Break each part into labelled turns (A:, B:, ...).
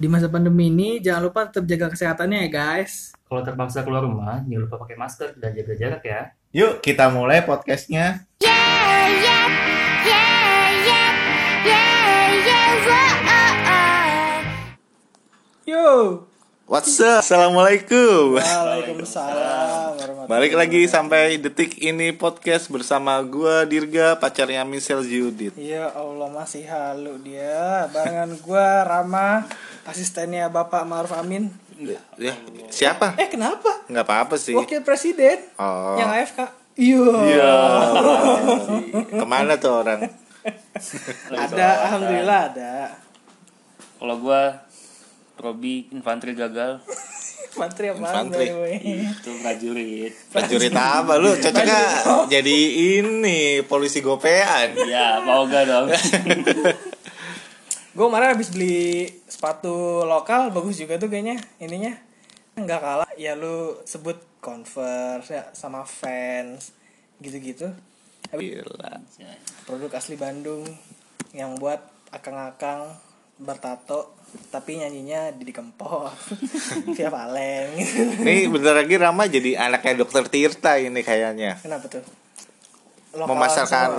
A: di masa pandemi ini jangan lupa tetap jaga kesehatannya ya guys.
B: Kalau terpaksa keluar rumah, jangan lupa pakai masker dan jaga jarak ya.
C: Yuk kita mulai podcastnya.
D: Yeah, yeah, yeah, yeah, yeah, yeah, whoa, oh, oh.
A: Yo.
C: What's up? Assalamualaikum.
A: Waalaikumsalam warahmatullahi
C: Balik lagi sampai detik ini podcast bersama gua Dirga pacarnya Michelle Judit.
A: Ya Allah masih halu dia. Barengan gua Rama, asistennya Bapak Maruf Amin.
C: Ya, siapa?
A: Eh kenapa?
C: Nggak apa-apa sih.
A: Wakil Presiden
C: Oh.
A: yang AFK. Iya.
C: Iya. Kemana tuh orang?
A: Ada alhamdulillah ada.
E: Kalau gua Robi infanteri gagal
A: Mantri apa
C: Infanteri.
E: itu prajurit.
C: Prajurit apa lu? Cocoknya jadi ini polisi gopean.
E: Ya, mau gak dong?
A: Gue kemarin habis beli sepatu lokal bagus juga tuh kayaknya ininya nggak kalah ya lu sebut Converse ya, sama Vans gitu-gitu
C: Gila.
A: produk asli Bandung yang buat akang-akang bertato tapi nyanyinya di Kempot via Valen
C: Ini bentar lagi Rama jadi anaknya dokter Tirta ini kayaknya.
A: kenapa tuh
C: Memasarkan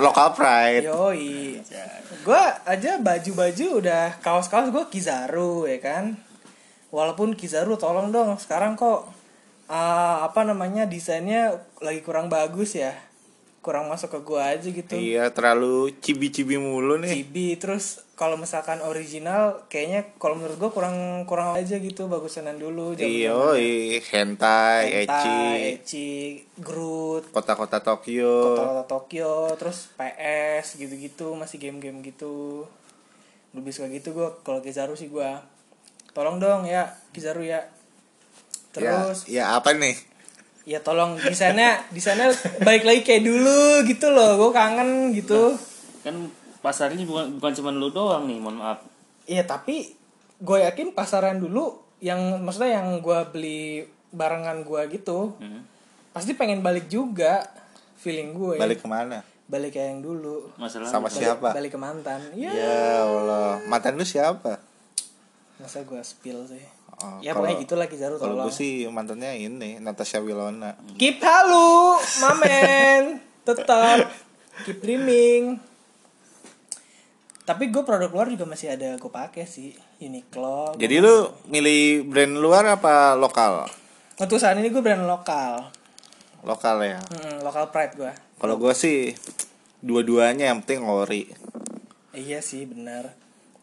A: lokal Iya,
C: local pride.
A: Yoi. Gue aja baju-baju udah kaos-kaos gue Kizaru ya kan. Walaupun Kizaru tolong dong sekarang kok ah, apa namanya desainnya lagi kurang bagus ya. Kurang masuk ke gue aja gitu.
C: Iya, terlalu cibi-cibi mulu nih.
A: Cibi terus kalau misalkan original kayaknya kalau menurut gue kurang kurang aja gitu bagusanan dulu.
C: Iya,
A: zaman-zaman
C: oi, hentai, ecchi,
A: hentai, Eci, Groot,
C: kota-kota Tokyo.
A: kota-kota Tokyo terus PS gitu-gitu masih game-game gitu lebih suka gitu gue kalau Kizaru sih gue tolong dong ya Kizaru ya terus
C: Ya, ya apa nih?
A: ya tolong di sana di sana balik lagi kayak dulu gitu loh gue kangen gitu
E: kan pasarnya bukan bukan cuma lu doang nih, mohon maaf.
A: Iya tapi gue yakin pasaran dulu yang maksudnya yang gue beli barengan gue gitu
C: Hmm.
A: pasti pengen balik juga feeling gue
C: Balik kemana?
A: balik kayak yang dulu
E: Masalah
C: Sama siapa?
A: balik ke mantan Iya
C: Ya Allah, mantan lu siapa?
A: masa gue spill sih
C: Oh,
A: ya
C: kalau-
A: pokoknya gitulah Kizaru
C: Kalau
A: tolong
C: gue sih mantannya ini Natasha Wilona.
A: keep halu mamen tetap keep dreaming tapi gue produk luar juga masih ada gue pakai sih Uniqlo
C: Jadi lu milih brand luar apa lokal?
A: untuk saat ini gue brand lokal
C: Lokal ya.
A: Mm, lokal pride gue
C: Kalau gue sih dua-duanya yang penting ori.
A: iya sih benar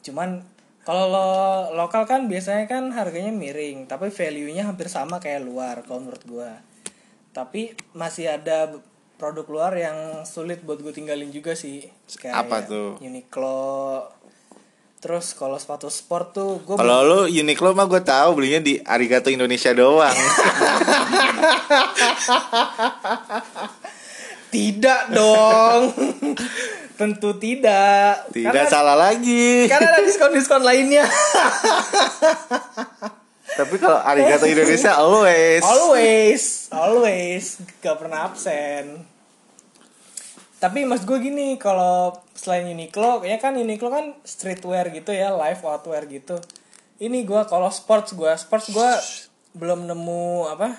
A: cuman kalau lo lokal kan biasanya kan harganya miring tapi value nya hampir sama kayak luar kalau menurut gue tapi masih ada produk luar yang sulit buat gue tinggalin juga sih Kayak
C: Apa tuh?
A: Uniqlo terus kalau sepatu sport tuh gue
C: Kalau lu Uniqlo mah gue tahu belinya di Arigato Indonesia doang.
A: tidak dong tentu tidak
C: Tidak
A: karena,
C: salah lagi.
A: karena ada diskon diskon lainnya
C: Tapi kalau Arigato Indonesia always.
A: always always gak pernah absen tapi mas gue gini kalau selain Uniqlo ya kan Uniqlo kan streetwear gitu ya live outwear gitu ini gue kalau sports gue sports gue belum nemu apa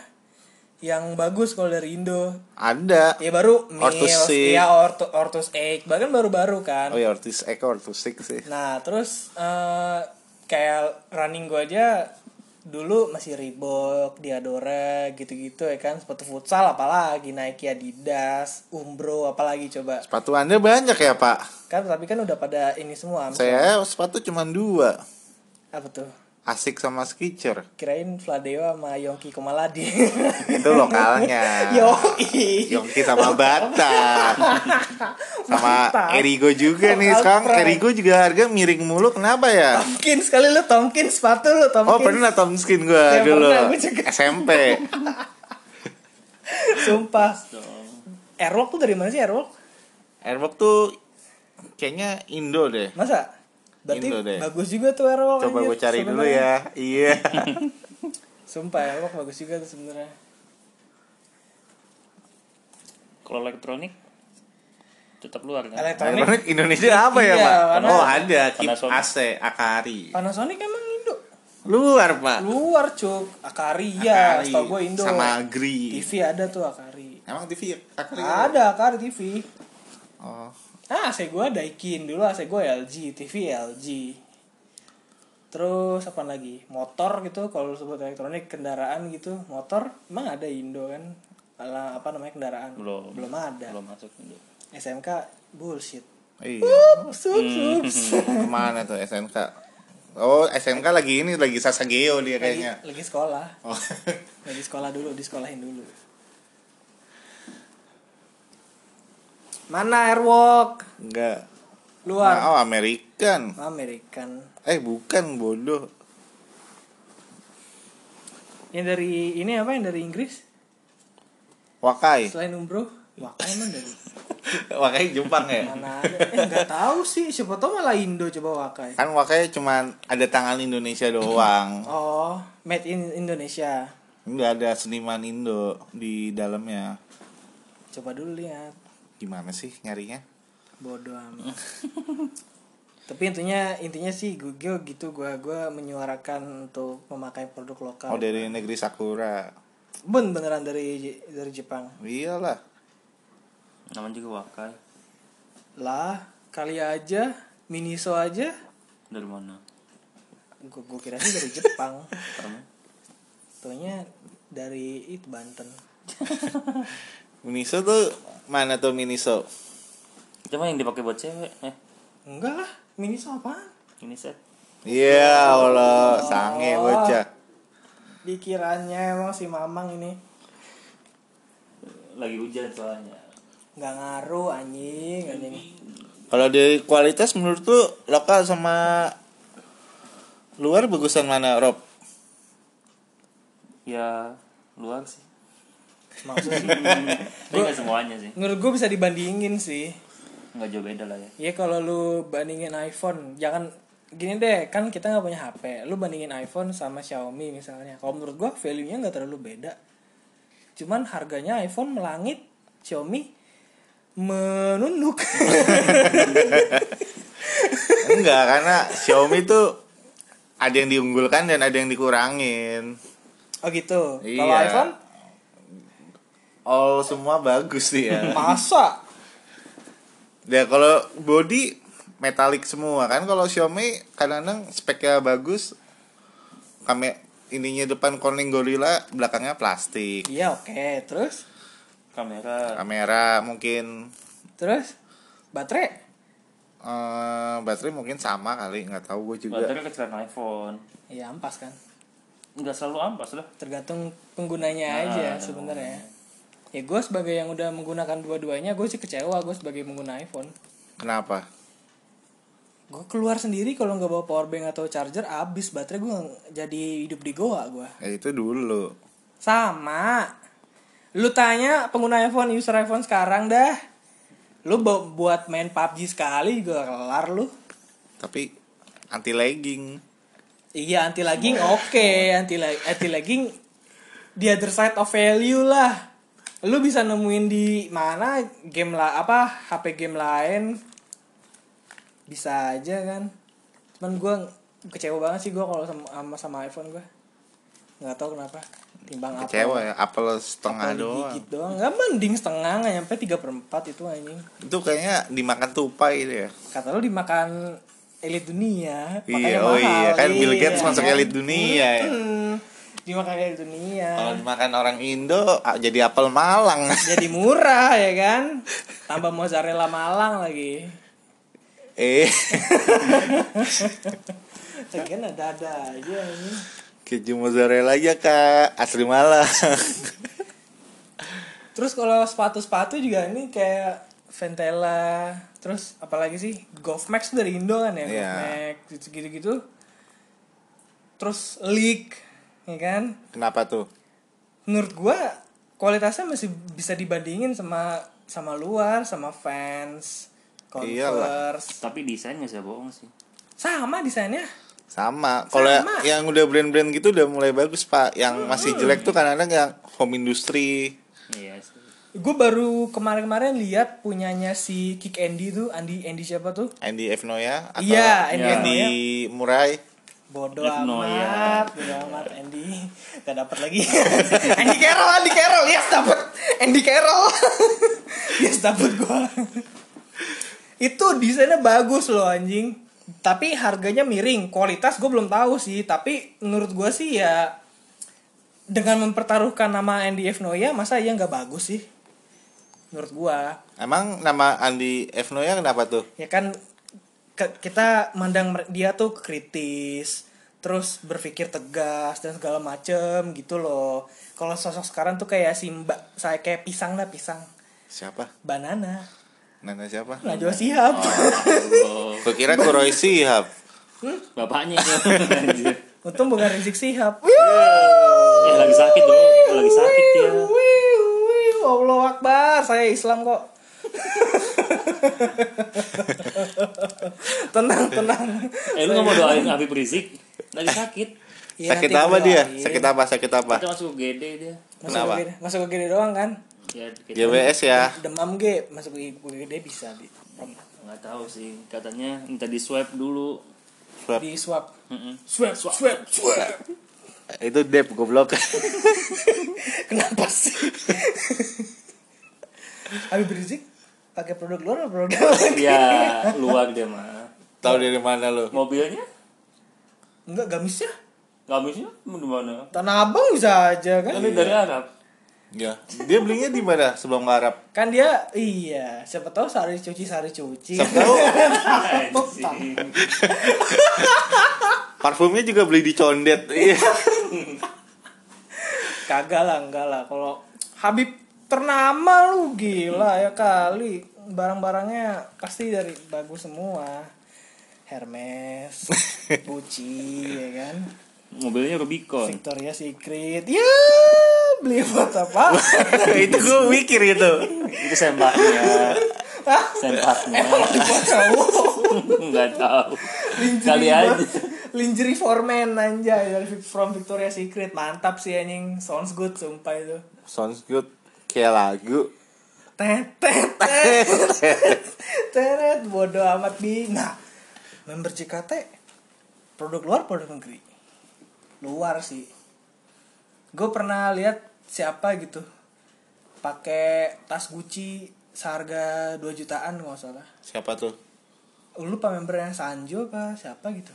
A: yang bagus kalau dari Indo
C: Ada.
A: ya baru
C: Ortus
A: Mills
C: sih.
A: ya Ortu, Ortus Egg bahkan baru-baru kan
C: Oh ya Ortiz Eko Ortiz Sik sih.
A: Nah terus eh, kayak running gue aja dulu masih Reebok, Diadora gitu-gitu ya kan sepatu futsal apalagi Nike, Adidas, Umbro apalagi coba
C: Sepatu Anda banyak ya, Pak?
A: kan tapi kan udah pada ini semua
C: Saya sepatu cuma dua.
A: apa tuh
C: Asik sama Skitcher.
A: kirain Fladewa sama Yongki Komaladi
C: Itu lokalnya.
A: Yoi
C: Yongki sama Bata. sama
A: Mantap.
C: Erigo juga nih.
A: Lokal
C: Sekarang
A: pride.
C: Erigo juga harga miring mulu. Kenapa ya?
A: Tomkins sekali lu Tomkins sepatu lu Tomkins
C: Oh pernah Tomskin gue
A: Ya,
C: dulu
A: pernah, gua juga.
C: SMP
A: sumpah Airwalk tuh dari mana sih Airwalk
C: Airbox tuh kayaknya Indo deh
A: masa berarti
C: Indo deh.
A: bagus juga tuh Airwalk
C: Coba
A: anjir,
C: gue cari dulu
A: Oh, iya, sebenarnya.
C: ya Iya
A: Sumpah ya, Wok bagus juga tuh sebenarnya.
E: Kalau elektronik tetap luar kan?
A: Elektronik
C: Elektronik Indonesia apa ya
A: Iya,
C: Pak?
A: karena-
C: Oh ada Keep
E: Panasonic.
C: AC Akari
A: Panasonic emang Indo.
C: Luar, Pak.
A: Luar cuk, Akaria,
C: Akari.
A: setahu gue Indo.
C: Sama Agri.
A: TV ada tuh Akari.
C: Emang TV Akari?
A: Ada Akari TV.
C: Oh.
A: Ah, AC gue Daikin dulu, AC gue LG, TV LG. Terus apa lagi? Motor gitu, kalau lu sebut elektronik kendaraan gitu, motor emang ada Indo kan? Ala apa namanya kendaraan?
E: Belum.
A: Belum ada.
E: belum masuk Indo.
A: SMK bullshit.
C: Iya. Hmm,
A: Ups, ups, ups.
C: Kemana tuh SNK? Oh, SNK lagi ini lagi Sasageo dia
A: Lagi,
C: Iya, kayaknya.
A: lagi sekolah,
C: Oh.
A: lagi Nah, sekolah dulu, disekolahin dulu. Mana Airwalk?
C: Enggak.
A: Luar.
C: Oh, American.
A: American.
C: Eh, bukan bodoh.
A: Yang dari ini apa yang dari Inggris?
C: Wakai.
A: Selain Umbro, wah emang dari
C: Wakai Jepang ya?
A: mana ada? Eh nggak tahu sih, siapa tahu malah Indo coba Wakai.
C: Kan Wakai cuman ada tangan Indonesia doang.
A: Oh, made in Indonesia.
C: Enggak ada seniman Indo di dalamnya.
A: Coba dulu lihat.
C: Gimana sih nyarinya?
A: Bodoh amat. Tapi intinya intinya sih gue gue gitu gue gue menyuarakan untuk memakai produk lokal.
C: Oh, dari negeri Sakura.
A: Bun beneran dari dari Jepang.
C: Iyalah.
E: Namanya juga Wakai.
A: Lah, kali aja Miniso aja.
E: Dari mana?
A: Gue gue kira sih dari Jepang.
E: Karena
A: Taunya dari itu Banten.
C: Miniso tuh mana tuh Miniso?
E: Cuma yang dipakai buat cewek. Eh,
A: Enggak lah, Miniso apaan?
E: ini set.
C: Iya, Allah, sange bocah.
A: Pikirannya emang si Mamang ini
E: Lagi hujan soalnya.
A: nggak ngaruh anjing anjing.
C: Kalau dari kualitas menurut lu lokal sama luar bagusan mana, Rob?
E: Ya luar sih.
A: Maksudnya
E: Tapi nggak semuanya sih.
A: menurut gue bisa dibandingin sih.
E: Nggak jauh beda lah ya.
A: Ya kalau lu bandingin iPhone, jangan gini deh, kan kita nggak punya HP. Lu bandingin iPhone sama Xiaomi misalnya. Kalau menurut gua value-nya nggak terlalu beda. Cuman harganya iPhone melangit, Xiaomi menunduk.
C: Enggak, karena Xiaomi tuh ada yang diunggulkan dan ada yang dikurangin.
A: oh gitu. Kalau
C: Iya.
A: iPhone
C: All semua bagus sih ya.
A: masa
C: Ya kalau body metalik semua kan kalau Xiaomi kadang-kadang speknya bagus kami ininya depan koneng gorila belakangnya plastik
A: Iya oke, terus
E: Kamera.
C: kamera mungkin
A: terus baterai
C: eh, baterai mungkin sama kali nggak tahu gue juga
E: Baterai kecilan iPhone.
A: ya ampas kan.
E: Nggak selalu ampas lah.
A: Tergantung penggunanya aja sebenarnya. Ya gue sebagai yang udah menggunakan dua-duanya, gue sih kecewa gue sebagai pengguna iPhone.
C: kenapa
A: Gue keluar sendiri kalau nggak bawa power bank atau charger abis baterai gue jadi hidup di goa gue.
C: ya itu dulu
A: Sama. Lu tanya pengguna iPhone, user iPhone sekarang dah. Lu bu- buat main PUBG sekali juga kelar lu.
C: tapi anti lagging
A: Iya anti lagging oke, anti lag- anti lagging the other side of value lah. Lu bisa nemuin di mana game lah apa HP game lain bisa aja kan. Cuman gua kecewa banget sih gua kalau sama, sama sama iPhone gua. nggak tahu kenapa. Timbang apa?
C: kecewa ya apel setengah doang
A: Dikit doang. Nggak mending setengah nggak nyampe 3 per 4 itu anjing.
C: itu kayaknya dimakan tupai deh ya
A: Kata lu dimakan elit dunia. makanya
C: iya oh
A: mahal.
C: iya kan Bill
A: Iya,
C: Gates masuk
A: kan?
C: elit dunia ya
A: Hmm, dimakan elit dunia.
C: Kalau dimakan orang Indo ah, jadi apel Malang.
A: jadi murah ya kan tambah mozzarella malang lagi
C: eh,
A: Lagian ada ada aja ini
C: keju mozzarella aja kak, asli Malang.
A: terus kalau sepatu sepatu juga ini kayak Ventela terus apalagi sih Govmax dari Indo kan ya
C: Iya.
A: Govmax gitu gitu terus Leak ya kan
C: Kenapa tuh?
A: menurut gua kualitasnya masih bisa dibandingin sama sama luar sama fans
C: Iyalah.
A: Converse
E: Tapi desainnya saya bohong sih.
A: sama desainnya
C: Sama. Hmm. Kalau
A: Sama.
C: yang udah brand-brand gitu udah mulai bagus pak. Yang masih jelek tuh kadang-kadang yang home industry.
E: Iya sih.
A: Gue baru kemarin-kemarin lihat punyanya si Kick Andy tuh, Andy Andy siapa tuh?
C: Andy Evnoya atau
A: Iya, Andy
C: Andy Murai.
A: bodoh
E: Leave no, ya.
A: amat bodoh amat Andy gak dapat lagi Andy Carroll Andy Carroll yes dapat Andy Carroll yes dapat gua itu desainnya bagus loh anjing tapi harganya miring kualitas gue belum tahu sih tapi menurut gua sih ya dengan mempertaruhkan nama Andy F. Noya masa iya nggak bagus sih menurut gua
C: Emang nama Andi F. Noya kenapa tuh?
A: ya kan ke- kita mandang mer- dia tuh kritis terus berpikir tegas dan segala macem gitu loh kalau sosok sekarang tuh kayak simba saya kayak pisang lah pisang
C: Siapa?
A: banana
C: Nana siapa?
A: Najwa Shihab
C: Gue kira Kuroi Shihab.
E: Bapaknya itu. Anjir.
A: untung bukan Rizik Shihab
E: eh lagi sakit dong. Lagi sakit ya.
A: Wiu, wiu, Allahu Akbar saya Islam kok tenang tenang
E: Eh lu nggak mau doain Habib Rizik? Lagi sakit.
A: Iya,
C: sakit
A: nanti
C: apa
A: gua
C: dia?
A: doain.
C: Sakit apa? Sakit apa?
E: Kita masuk UGD dia.
A: masuk
C: Kenapa?
A: ke gede, masuk ke gede doang kan
E: Ya kita
C: GBS ya.
A: demam ge masuk ke gede bisa di
E: nggak tahu sih. Katanya minta di swab dulu.
C: Swab.
A: di swab
E: Mm-mm.
A: swab swab swab
C: Itu Dep goblok.
A: kenapa sih Habib Rizik pakai produk luar atau produk dalam?
E: Ya luar dia mah.
C: Tahu dari mana lu?
E: Mobilnya?
A: enggak gamisnya
E: Gamisnya? Di mana?
A: tanah abang bisa aja kan
E: Kan dia dari Arab.
C: Ya. Dia belinya di mana sebelum ke Arab?
A: kan dia iya siapa tahu sehari cuci sehari cuci
C: Siapa tahu
E: Anjing.
C: parfumnya juga beli di Condet. Iya.
A: kagak lah enggak lah kalau Habib ternama lu gila ya kali barang-barangnya pasti dari bagus semua Hermes, Gucci, ya kan?
E: Mobilnya Rubicon.
A: Victoria Secret, ya beli buat apa?
C: itu gue mikir itu.
E: Itu sempatnya.
A: Hah?
E: Sempatnya.
A: buat cowok.
E: Enggak tahu. Kali
A: Lingerie
E: aja.
A: buat- lingerie for men anjay dari Vic- from Victoria's Secret mantap sih anjing sounds good sumpah itu
C: Sounds good. Kayak lagu.
A: tet tet tet teret bodoh amat bi nah member JKT produk luar produk negeri luar sih gue pernah lihat siapa gitu pakai tas Gucci seharga 2 jutaan nggak salah
C: Siapa tuh?
A: lu lupa membernya Sanjo apa siapa gitu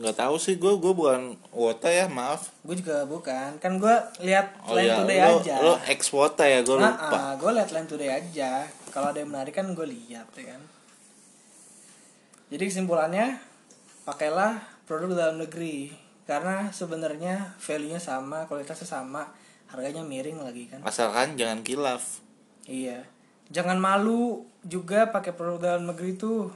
C: Gak tahu sih gue gue bukan wota ya maaf.
A: gue juga bukan kan gue lihat
C: Oh
A: Line
C: ya,
A: Today
C: lo,
A: aja
C: lo ex wota ya gue lupa.
A: Nah, gue lihat Line Today aja kalau ada yang menarik kan gue lihat ya kan jadi kesimpulannya pakailah produk dalam negeri karena sebenarnya value nya sama kualitasnya sama harganya miring lagi kan
C: Asalkan jangan kilaf.
A: iya jangan malu juga pakai produk dalam negeri tuh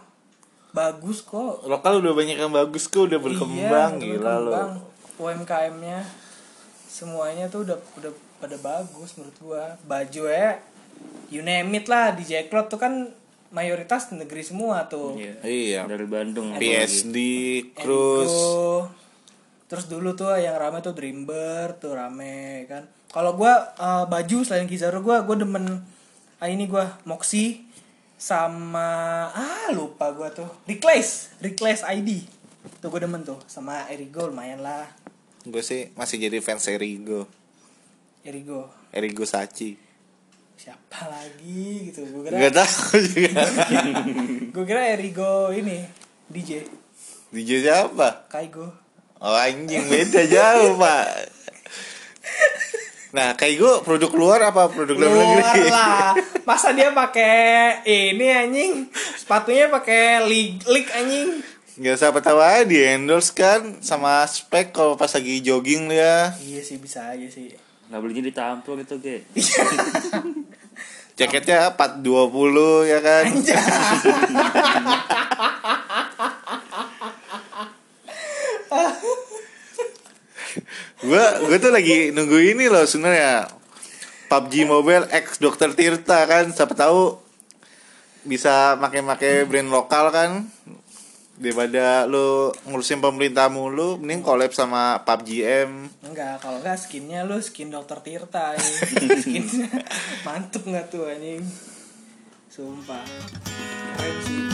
A: bagus kok
C: Lokal udah banyak yang bagus kok udah berkembang
A: Iya,
C: gila lo.
A: berkembang. UMKM-nya semuanya tuh udah udah pada bagus menurut gua. Baju ya you name it lah di Jacklot tuh kan mayoritas negeri semua tuh.
E: Iya.
C: Iya.
E: Dari Bandung.
C: PSD, Cruise.
A: Enrico. Terus dulu tuh yang rame tuh Dreambird tuh rame kan. Kalau gua eh, baju selain Kizaru gua gua demen ah, ini gua Moxie sama ah lupa gua tuh Reclass, Reclass ID. Tuh gue demen tuh sama Erigo lumayan lah.
C: Gue sih masih jadi fans Erigo.
A: Erigo
C: Erigo Sachi.
A: siapa lagi gitu gue kira
C: Gak tahu juga.
A: gue kira Erigo ini DJ
C: DJ siapa?
A: Kaigo
C: Oh anjing beda jauh pak. Nah kayak gue produk luar apa produk dalam
A: keluar
C: negeri?
A: lah masa dia pakai ini anjing sepatunya pakai lig lig anjing
C: Gak usah ketawa di endorse kan sama spek kalau pas lagi jogging dia
A: iya sih bisa aja sih
E: Nggak belinya ditampol gitu, Ge.
C: jaketnya 420 ya kan gua gua tuh lagi nunggu ini loh sebenarnya PUBG Mobile X Dokter Tirta kan siapa tahu bisa make-make brand lokal kan daripada lu ngurusin pemerintah mulu mending collab sama PUBG M
A: enggak kalau enggak skinnya lu skin dokter Tirta anjing skinnya mantep nggak tuh anjing sumpah keren sih